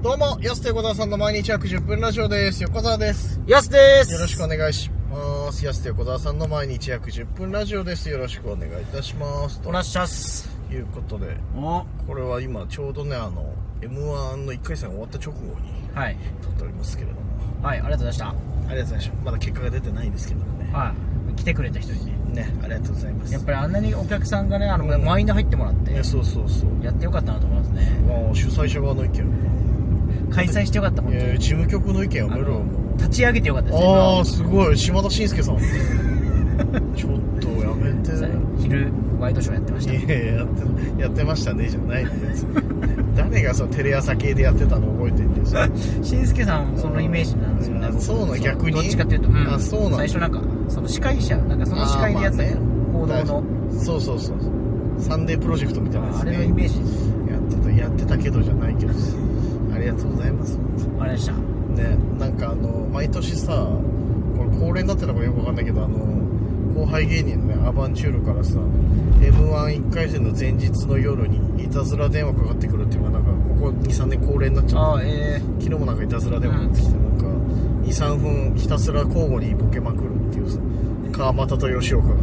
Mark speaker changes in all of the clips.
Speaker 1: どうも、安手小沢さんの毎日約10分ラジオです。横澤です。
Speaker 2: やすです
Speaker 1: よろしくお願いします。安手小沢さんの毎日約10分ラジオです。よろしくお願いいたします。
Speaker 2: おらっしゃっす
Speaker 1: ということで、
Speaker 2: お
Speaker 1: これは今ちょうどね、あの、M1 の1回戦終わった直後に
Speaker 2: はい
Speaker 1: 撮っておりますけれども、
Speaker 2: はいありがとうございました
Speaker 1: ありがとうございました。まだ結果が出てないんですけどもね。
Speaker 2: はい来てくれた人にね
Speaker 1: ね、ありがとうございます。
Speaker 2: やっぱりあんなにお客さんがねあ
Speaker 1: う
Speaker 2: の、
Speaker 1: ん
Speaker 2: 満員で入ってもらっ
Speaker 1: り
Speaker 2: て
Speaker 1: ね、そうそうそう。
Speaker 2: やってよかったなと思いますね
Speaker 1: まあ、主催者側の意見。
Speaker 2: 開催してよかった本当に、
Speaker 1: えー、事務局の意見やめろよ、もう。
Speaker 2: 立ち上げてよかったですね
Speaker 1: ああすごい島田紳介 さんちょっとやめて
Speaker 2: 今さ昼ワイドショーやってました
Speaker 1: いやいややって やってましたねじゃないのやつ誰がそのテレ朝系でやってたの覚えて るんですよ
Speaker 2: しんすけさんそのイメージなんですよね
Speaker 1: あ
Speaker 2: 僕
Speaker 1: そうなの逆に
Speaker 2: どっちかっていうと、ん
Speaker 1: あそうなの
Speaker 2: 最初なんかその司会者なんかその司会でやってた
Speaker 1: あ
Speaker 2: よ
Speaker 1: ー
Speaker 2: 報
Speaker 1: まあ
Speaker 2: 道
Speaker 1: ね
Speaker 2: の
Speaker 1: そうそうそうサンデープロジェクトみたいなや
Speaker 2: あ
Speaker 1: つ
Speaker 2: れ
Speaker 1: ね
Speaker 2: のイメージです
Speaker 1: やってたやってたけどじゃないけどありがとうございます
Speaker 2: あれでした
Speaker 1: ねなんかあの毎年さこれ恒例になってたのかよくわかんないけどあの後輩芸人のねアバンチュールからさ m 1 1回戦の前日の夜にいたずら電話かかってくるっていうのがなんかここ23年恒例になっちゃ
Speaker 2: あ
Speaker 1: っ
Speaker 2: あえ
Speaker 1: た昨日もなんかいたずら電話かかってきて、なんか23分ひたすら交互にボケまくるっていうさ川又と吉 岡が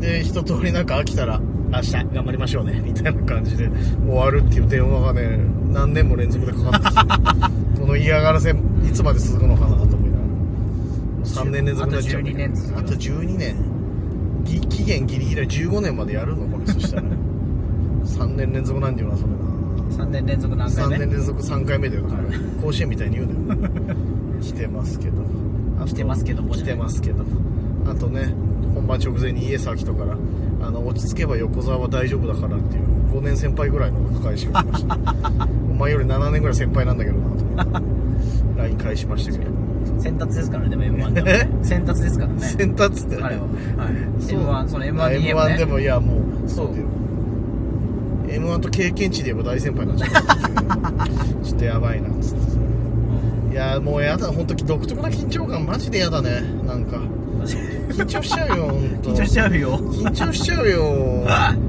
Speaker 1: で一通りなんか飽きたら明日頑張りましょうねみたいな感じで終わるっていう電話がね何年も連続でかかってきて この嫌がらせいつまで続くのかなと思いながら3年連続になっちゃう
Speaker 2: あと12年続く
Speaker 1: あと12年ぎ期限ギリギリだ15年までやるのこれそ したら3年連続なんていうのはそれ
Speaker 2: え3年連続何回
Speaker 1: な3
Speaker 2: 目
Speaker 1: 年連続3回目だよだから甲子園みたいに言うなよ 来てますけどあと
Speaker 2: 来てますけどもじ
Speaker 1: 来
Speaker 2: ゃな
Speaker 1: て
Speaker 2: い
Speaker 1: ますけどあとね本番直前に家先とからあの落ち着けば横澤は大丈夫だからっていう5年先輩ぐらいの返しをしま したお前より7年ぐらい先輩なんだけどなと思って LINE 返しましたけど
Speaker 2: 先達ですからねでも m 1でもね先達ですからね
Speaker 1: 先達って
Speaker 2: 彼は、はい、
Speaker 1: そう
Speaker 2: m 1その m 1
Speaker 1: m 1で
Speaker 2: でもね
Speaker 1: もいやもうそうだよ m 1と経験値で言えば大先輩になっちゃう ちょっとやばいなっつってさいやもうやだ本当独特な緊張感マジでやだねなんか緊張しちゃうよ本当
Speaker 2: 緊張しちゃうよ
Speaker 1: 緊張しちゃう よ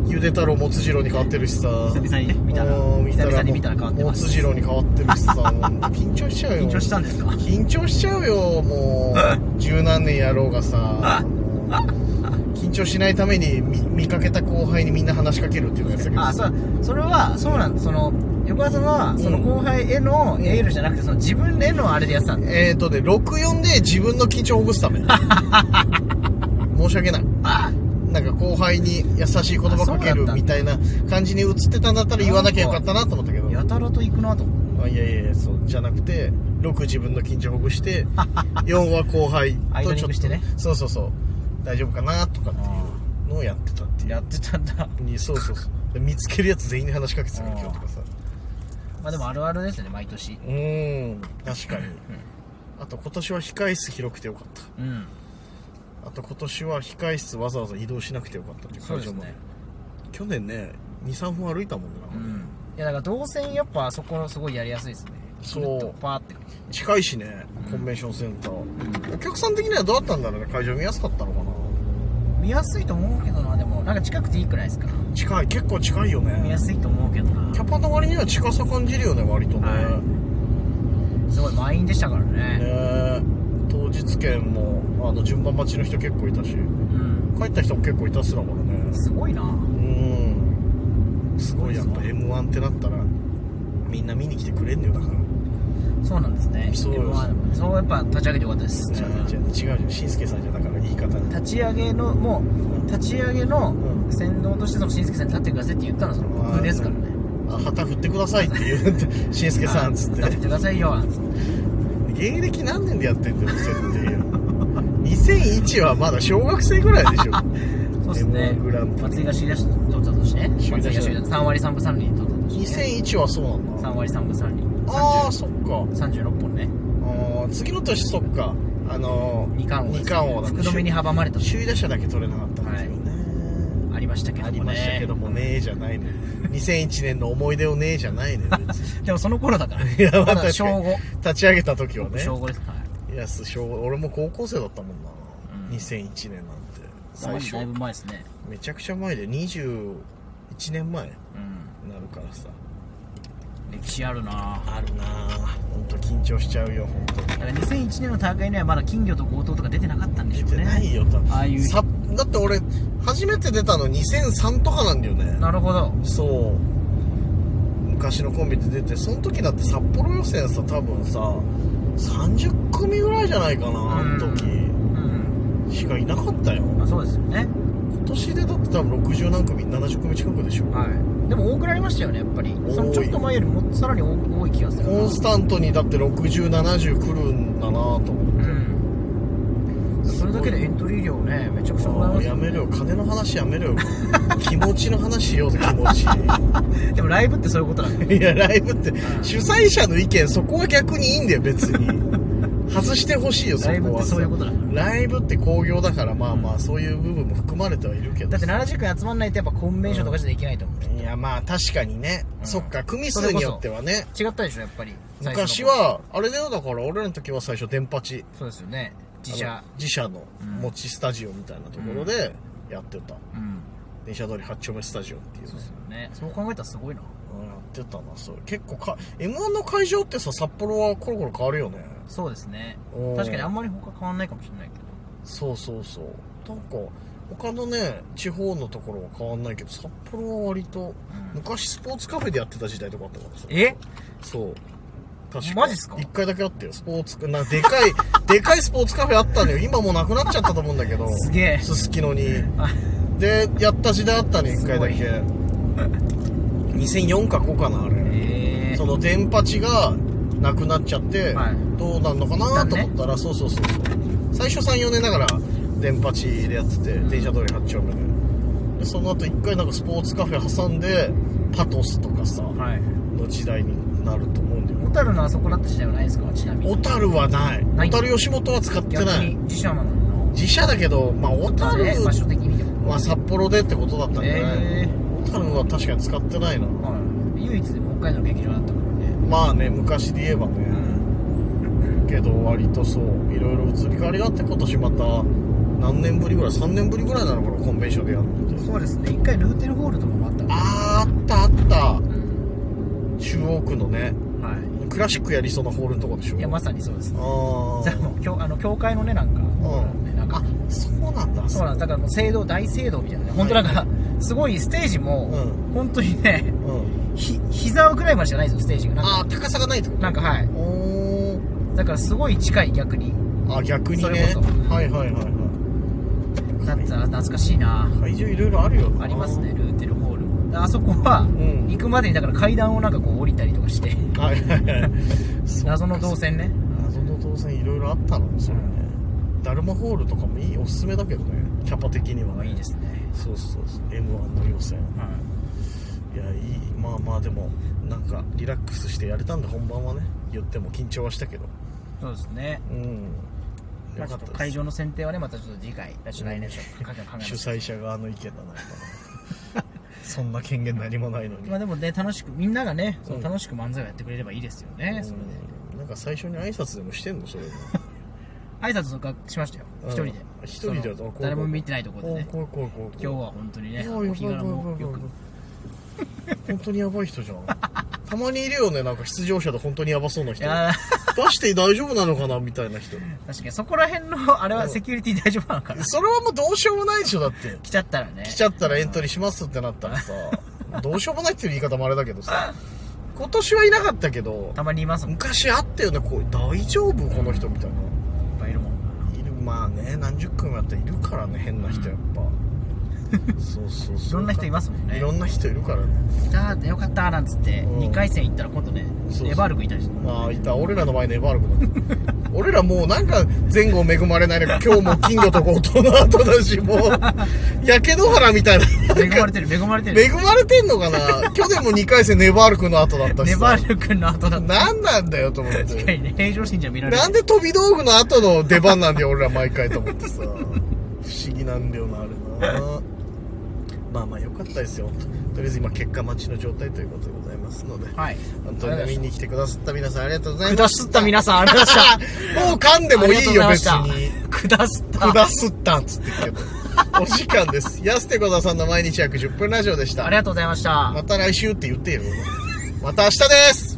Speaker 1: ゆで太郎もつじろうに変わってるしさ
Speaker 2: 久々に見たら
Speaker 1: うん
Speaker 2: 久々に見たら変わってま
Speaker 1: もつ
Speaker 2: す
Speaker 1: じろうに変わってるしさほんと緊張しちゃうよ
Speaker 2: 緊張したんですか
Speaker 1: 緊張しちゃうよもう十何年やろうがさもう緊張しないために見見かけた後輩にみんな話しかけるっていうのやつだけど
Speaker 2: あそうそれはそうなんだその横田さんはその後輩へのエールじゃなくてその自分へのあれでやってたんだ
Speaker 1: えーとね64で自分の緊張をほぐすため 申し訳ないなんか後輩に優しい言葉かけ
Speaker 2: あそ
Speaker 1: る
Speaker 2: うなんだ
Speaker 1: みたいな感じに映ってたんだったら言わなきゃよかったなと思ったけど
Speaker 2: やたらと行くなと思
Speaker 1: あ
Speaker 2: って
Speaker 1: いやいやいやそうじゃなくて6自分の緊張ほぐして 4は後輩
Speaker 2: アイドリングしてね
Speaker 1: そうそうそう大丈夫かなとかっていうのをやってたっていう
Speaker 2: やってたんだ
Speaker 1: にそうそうそうで見つけるやつ全員に話しかけてたから
Speaker 2: あー
Speaker 1: 今日とかさ
Speaker 2: まあでもあるあるですね毎年
Speaker 1: うーん確かにあと今年は控室広くてよかった
Speaker 2: うん
Speaker 1: あと今年は控室わざわざ移動しなくてよかったっていう
Speaker 2: そ
Speaker 1: 感
Speaker 2: うで
Speaker 1: じ
Speaker 2: す
Speaker 1: も、ね
Speaker 2: ね、
Speaker 1: 去年ね23分歩いたもんねなんか
Speaker 2: う
Speaker 1: ね、
Speaker 2: んいやだから動線やっぱあそこすごいやりやすいですね
Speaker 1: そう
Speaker 2: ぐっとパーって
Speaker 1: 近いしねコンベンションセンター、お客さん的にはどうだったんだろうね会場見やすかったのかな
Speaker 2: 見やすいと思うけどなでもなんか近くていいくらいですか
Speaker 1: 近い結構近いよ
Speaker 2: 見や
Speaker 1: ね
Speaker 2: すいと思うけどな
Speaker 1: キャパの割には近さ感じるよね割とね、
Speaker 2: はすごい満員でしたからね
Speaker 1: ね当日券もあの順番待ちの人結構いたし
Speaker 2: うん
Speaker 1: 帰った人も結構いたっすだからね
Speaker 2: すごいな
Speaker 1: うんすごいやっ
Speaker 2: そ
Speaker 1: ぱ
Speaker 2: う
Speaker 1: m 1ってなったらみんな見に来てくれんのよだから
Speaker 2: そうなんですね
Speaker 1: そうです
Speaker 2: まあそうやっぱ立ち上げてよかったです
Speaker 1: 違う違う違う違うしんすけさんじゃだから言い方に
Speaker 2: 立ち上げのもう立ち上げの
Speaker 1: うん
Speaker 2: 先導としてその新助さんに立ってくださいって言ったのはその僕ですからね
Speaker 1: あ旗振ってくださいって言 うしんすけさんっつって
Speaker 2: 立ってくださいよつって
Speaker 1: 芸歴何年でやってんだよ設定2001はまだ小学生ぐらいでしょ
Speaker 2: そうですね
Speaker 1: M1 グランプリ
Speaker 2: 松井が首位打者取ったとしてね
Speaker 1: 首位打者
Speaker 2: 松井が首位打者3割3分3厘取ったとしてね
Speaker 1: 2001はそうなん
Speaker 2: 3
Speaker 1: だ
Speaker 2: 割3分3厘
Speaker 1: ああそっか
Speaker 2: 36本ね
Speaker 1: あー次の年そっかあのー、
Speaker 2: 二冠王です
Speaker 1: 二冠王だ
Speaker 2: 福留に阻まれた
Speaker 1: 首位打者だけ取れなかったんですよね、
Speaker 2: ありましたけ
Speaker 1: あ
Speaker 2: どもね
Speaker 1: りましたけどもねじゃないのよ2001年の思い出をねじゃないのよ別に
Speaker 2: でもその頃だから
Speaker 1: いやまあ確か
Speaker 2: まだ
Speaker 1: に
Speaker 2: 小5
Speaker 1: 立ち上げた時はね
Speaker 2: 小5ですはい
Speaker 1: いやす小俺も高校生だったもんな、
Speaker 2: うん
Speaker 1: 2001年なんて最初
Speaker 2: だいぶ前ですね
Speaker 1: めちゃくちゃ前で21年前に
Speaker 2: うん
Speaker 1: なるからさ
Speaker 2: 歴史あるな
Speaker 1: あるな本当緊張しちゃうよ本当
Speaker 2: だから2001年の大会にはまだ金魚と強盗とか出てなかったんでしょう
Speaker 1: 出て
Speaker 2: ね
Speaker 1: ないよ多分
Speaker 2: ああいう
Speaker 1: さだって俺初めて出たの2003とかなんだよね
Speaker 2: なるほど
Speaker 1: そう昔のコンビで出てその時だって札幌予選さ多分さ30組ぐらいじゃないかなあの時
Speaker 2: うん、
Speaker 1: しかいなかったよ
Speaker 2: まあ、そうですよね
Speaker 1: 今年でだって多分60何組70組近くでしょ
Speaker 2: はいでも多くなりましたよねやっぱり
Speaker 1: 多い
Speaker 2: そのちょっと前よりもさらに多多い気がするな
Speaker 1: コンスタントにだって6070来るんだなと思
Speaker 2: うんそれだけでエントリー量ねめちゃくちゃもらえ
Speaker 1: っ
Speaker 2: ま
Speaker 1: て
Speaker 2: す
Speaker 1: や
Speaker 2: よ
Speaker 1: めろよ金の話やめろよ気持ちの話しようぜ気持ち
Speaker 2: でもライブってそういうことなんで
Speaker 1: いや、ライブって、主催者の意見、そこは逆にいいんだよ、別 に。外してほしいよ、そこ
Speaker 2: ラ
Speaker 1: はさ。
Speaker 2: イブってそういうことだから
Speaker 1: ライブって興行だから、まあまあ、そういう部分も含まれてはいるけど。
Speaker 2: だって70回集まんないとやっぱコンベンションとかじゃできないと思う、
Speaker 1: いや、まあ、確かにね。
Speaker 2: うん
Speaker 1: そっか、組数によってはね。
Speaker 2: 違ったでしょやっぱり最初の
Speaker 1: 昔は、あれだよ、だから、俺らの時は最初、電八。
Speaker 2: そうですよね自
Speaker 1: あ
Speaker 2: 社
Speaker 1: の自社の
Speaker 2: うん
Speaker 1: 持ちスタジオみたいなところで、やってた。
Speaker 2: うん
Speaker 1: 電車通り八丁目スタジオっていう
Speaker 2: そうで
Speaker 1: ね
Speaker 2: す。よねそう考えたらすごいな
Speaker 1: うんやってたな、そう。結構か、M1 の会場ってさ、札幌はコロコロ変わるよね。
Speaker 2: そうですね
Speaker 1: おー
Speaker 2: 確かにあんまり他変わんないかもしれないけど
Speaker 1: そうそうそうなんか他のね地方のところは変わんないけど札幌は割と
Speaker 2: うん
Speaker 1: 昔スポーツカフェでやってた時代とかあったからさ
Speaker 2: え
Speaker 1: そう
Speaker 2: マジっすか
Speaker 1: 1回だけあったよスポーツなでかい でかいスポーツカフェあったのよ今もうなくなっちゃったと思うんだけど
Speaker 2: すげえ
Speaker 1: すすきのに
Speaker 2: あ
Speaker 1: でやった時代あったね1回だけ
Speaker 2: す
Speaker 1: 2004か5かなあれ、
Speaker 2: え
Speaker 1: その電波地がなくなっちゃって、
Speaker 2: はい
Speaker 1: どうなんのかなと思ったら、そうそうそうそう最初34年だから電波地でやってて電車通り八丁目ででその後一回なんかスポーツカフェ挟んでパトスとかさ、
Speaker 2: はい
Speaker 1: の時代になると思うんだよね
Speaker 2: 小樽のあそこだった時代はないですかちなみに
Speaker 1: 小樽はない
Speaker 2: ない
Speaker 1: 小樽吉本は使って
Speaker 2: 逆
Speaker 1: な
Speaker 2: に
Speaker 1: い
Speaker 2: 自社なのにな
Speaker 1: 自社だけどまあ小
Speaker 2: まあ
Speaker 1: 樽
Speaker 2: ね場所的にでも
Speaker 1: まあ札幌でってことだったんじゃない、
Speaker 2: え
Speaker 1: 小樽は確かに使ってないな
Speaker 2: えはい唯一でも北海道の劇場だったからね
Speaker 1: まあね昔で言えばね、
Speaker 2: うん
Speaker 1: けど割とそういろいろ移り変わりがあって今年また何年ぶりぐらい3年ぶりぐらいなのかなコンベンションでやるのって
Speaker 2: そうですね一回ルーテルホールとかもあったから
Speaker 1: あーあったあった
Speaker 2: うん
Speaker 1: 中央区のね
Speaker 2: は
Speaker 1: クラシックやりそうなホールのとこでしょ
Speaker 2: いいやまさにそうですね
Speaker 1: あ
Speaker 2: じゃあもう教あの教会のねなんか
Speaker 1: ん
Speaker 2: なん
Speaker 1: ああ
Speaker 2: か
Speaker 1: そうなんだ
Speaker 2: そうなんですだからもう聖堂大聖堂みたいなね本当なんかすごいステージも
Speaker 1: う
Speaker 2: 本当にね
Speaker 1: うん
Speaker 2: ひ膝ぐらいまでじゃないんですよステージがなんか
Speaker 1: ああ高さがないってこと
Speaker 2: なんかはい
Speaker 1: お
Speaker 2: だからすごい近い逆に
Speaker 1: ーあ逆に
Speaker 2: そ
Speaker 1: ね
Speaker 2: れこそ
Speaker 1: はいはいはいは
Speaker 2: だったら懐かしいない
Speaker 1: 会場いろいろあるよな
Speaker 2: ありますねルーテルホールもあそこは
Speaker 1: ん
Speaker 2: 行くまでにだから階段をなんかこう降りたりとかして
Speaker 1: はいはいはいそっか
Speaker 2: 謎の動線ね
Speaker 1: 謎の動線いろいろあったのそれねダルマホールとかもいいおすすめだけどねキャパ的にはね
Speaker 2: いいですね
Speaker 1: そうそうそう m 1の予選いやいいまあまあでもなんかリラックスしてやれたんで本番はね言っても緊張はしたけど
Speaker 2: そうですね
Speaker 1: うんよ
Speaker 2: まあち
Speaker 1: か
Speaker 2: ょ
Speaker 1: っ
Speaker 2: っと
Speaker 1: たで
Speaker 2: 会
Speaker 1: す
Speaker 2: 場の選定はねまたちょっと次回 来年ちょっと考え考えま
Speaker 1: 主
Speaker 2: しょ
Speaker 1: 催者側の意見だな今のそんな権限何もないの
Speaker 2: う
Speaker 1: に
Speaker 2: まあでもね楽しくみんながねその
Speaker 1: うん
Speaker 2: 楽しく漫才をやってくれればいいですよねそれで
Speaker 1: うんなんか最初に挨拶でもしてんのそれ
Speaker 2: 挨拶とかしましたよ
Speaker 1: うん
Speaker 2: 一人で
Speaker 1: 一人で
Speaker 2: その
Speaker 1: あこうこう
Speaker 2: 誰も見てないところでね
Speaker 1: こうこうこうこうこう
Speaker 2: 今日は本当にね
Speaker 1: いや
Speaker 2: お日柄も
Speaker 1: や
Speaker 2: よ
Speaker 1: ばいやばいやばいやば
Speaker 2: く
Speaker 1: い本当にやばい人じゃんたまにいるよねなんか出場者で本当にやばそうな人
Speaker 2: いや
Speaker 1: 出して大丈夫なのかなみたいな人
Speaker 2: 確かにそこら辺のあれはセキュリティ大丈夫なのかな
Speaker 1: それはもうどうしようもないでしょだって
Speaker 2: 来ちゃったらね
Speaker 1: 来ちゃったらエントリーしますってなったらさどうしようもないっていう言い方もあれだけどさ今年はいなかったけど
Speaker 2: たまにいますもんいっ
Speaker 1: 昔あったよねこう大丈夫この人みたいな
Speaker 2: ぱいいるもんない
Speaker 1: るまあね何十組もやったらいるからね変な人やっぱそうそうそうい
Speaker 2: いろんな人いますもんね
Speaker 1: いろんな人いるからね
Speaker 2: あーよかったーなんつって
Speaker 1: うん
Speaker 2: 2回戦行ったら今度ね
Speaker 1: そうそう
Speaker 2: ネバールクいたりして
Speaker 1: ああいた俺らの前ネバールクだった俺らもうなんか前後恵まれないね今日も金魚と強盗の後だしもうやけど原みたいな
Speaker 2: 恵まれてる恵まれてる
Speaker 1: 恵まれてんのかな去年も2回戦ネバールクの後だったし
Speaker 2: ネ
Speaker 1: さ
Speaker 2: バール君の後だった
Speaker 1: 何なんだよと思っ
Speaker 2: 確か
Speaker 1: て
Speaker 2: にね平常心じゃ見られな
Speaker 1: ないんで飛び道具の後の出番なんだよ俺ら毎回と思ってさ不思議なんだよなあれなまあまあ良かったですよとりあえず今結果待ちの状態ということでございますので
Speaker 2: はい
Speaker 1: 本当に見に来てくださった皆さんありがとうござい
Speaker 2: く
Speaker 1: ま
Speaker 2: だ
Speaker 1: す
Speaker 2: すった皆さんありがとうございまし
Speaker 1: もう噛 んで
Speaker 2: た
Speaker 1: もいいよ、別
Speaker 2: ありがとうござい
Speaker 1: に
Speaker 2: ま。したくだすった
Speaker 1: くだすったっつってるけど。お時間です。安手小田さんの毎日約10分ラジオでした。
Speaker 2: ありがとうございました
Speaker 1: また来週って言ってよ。また明日です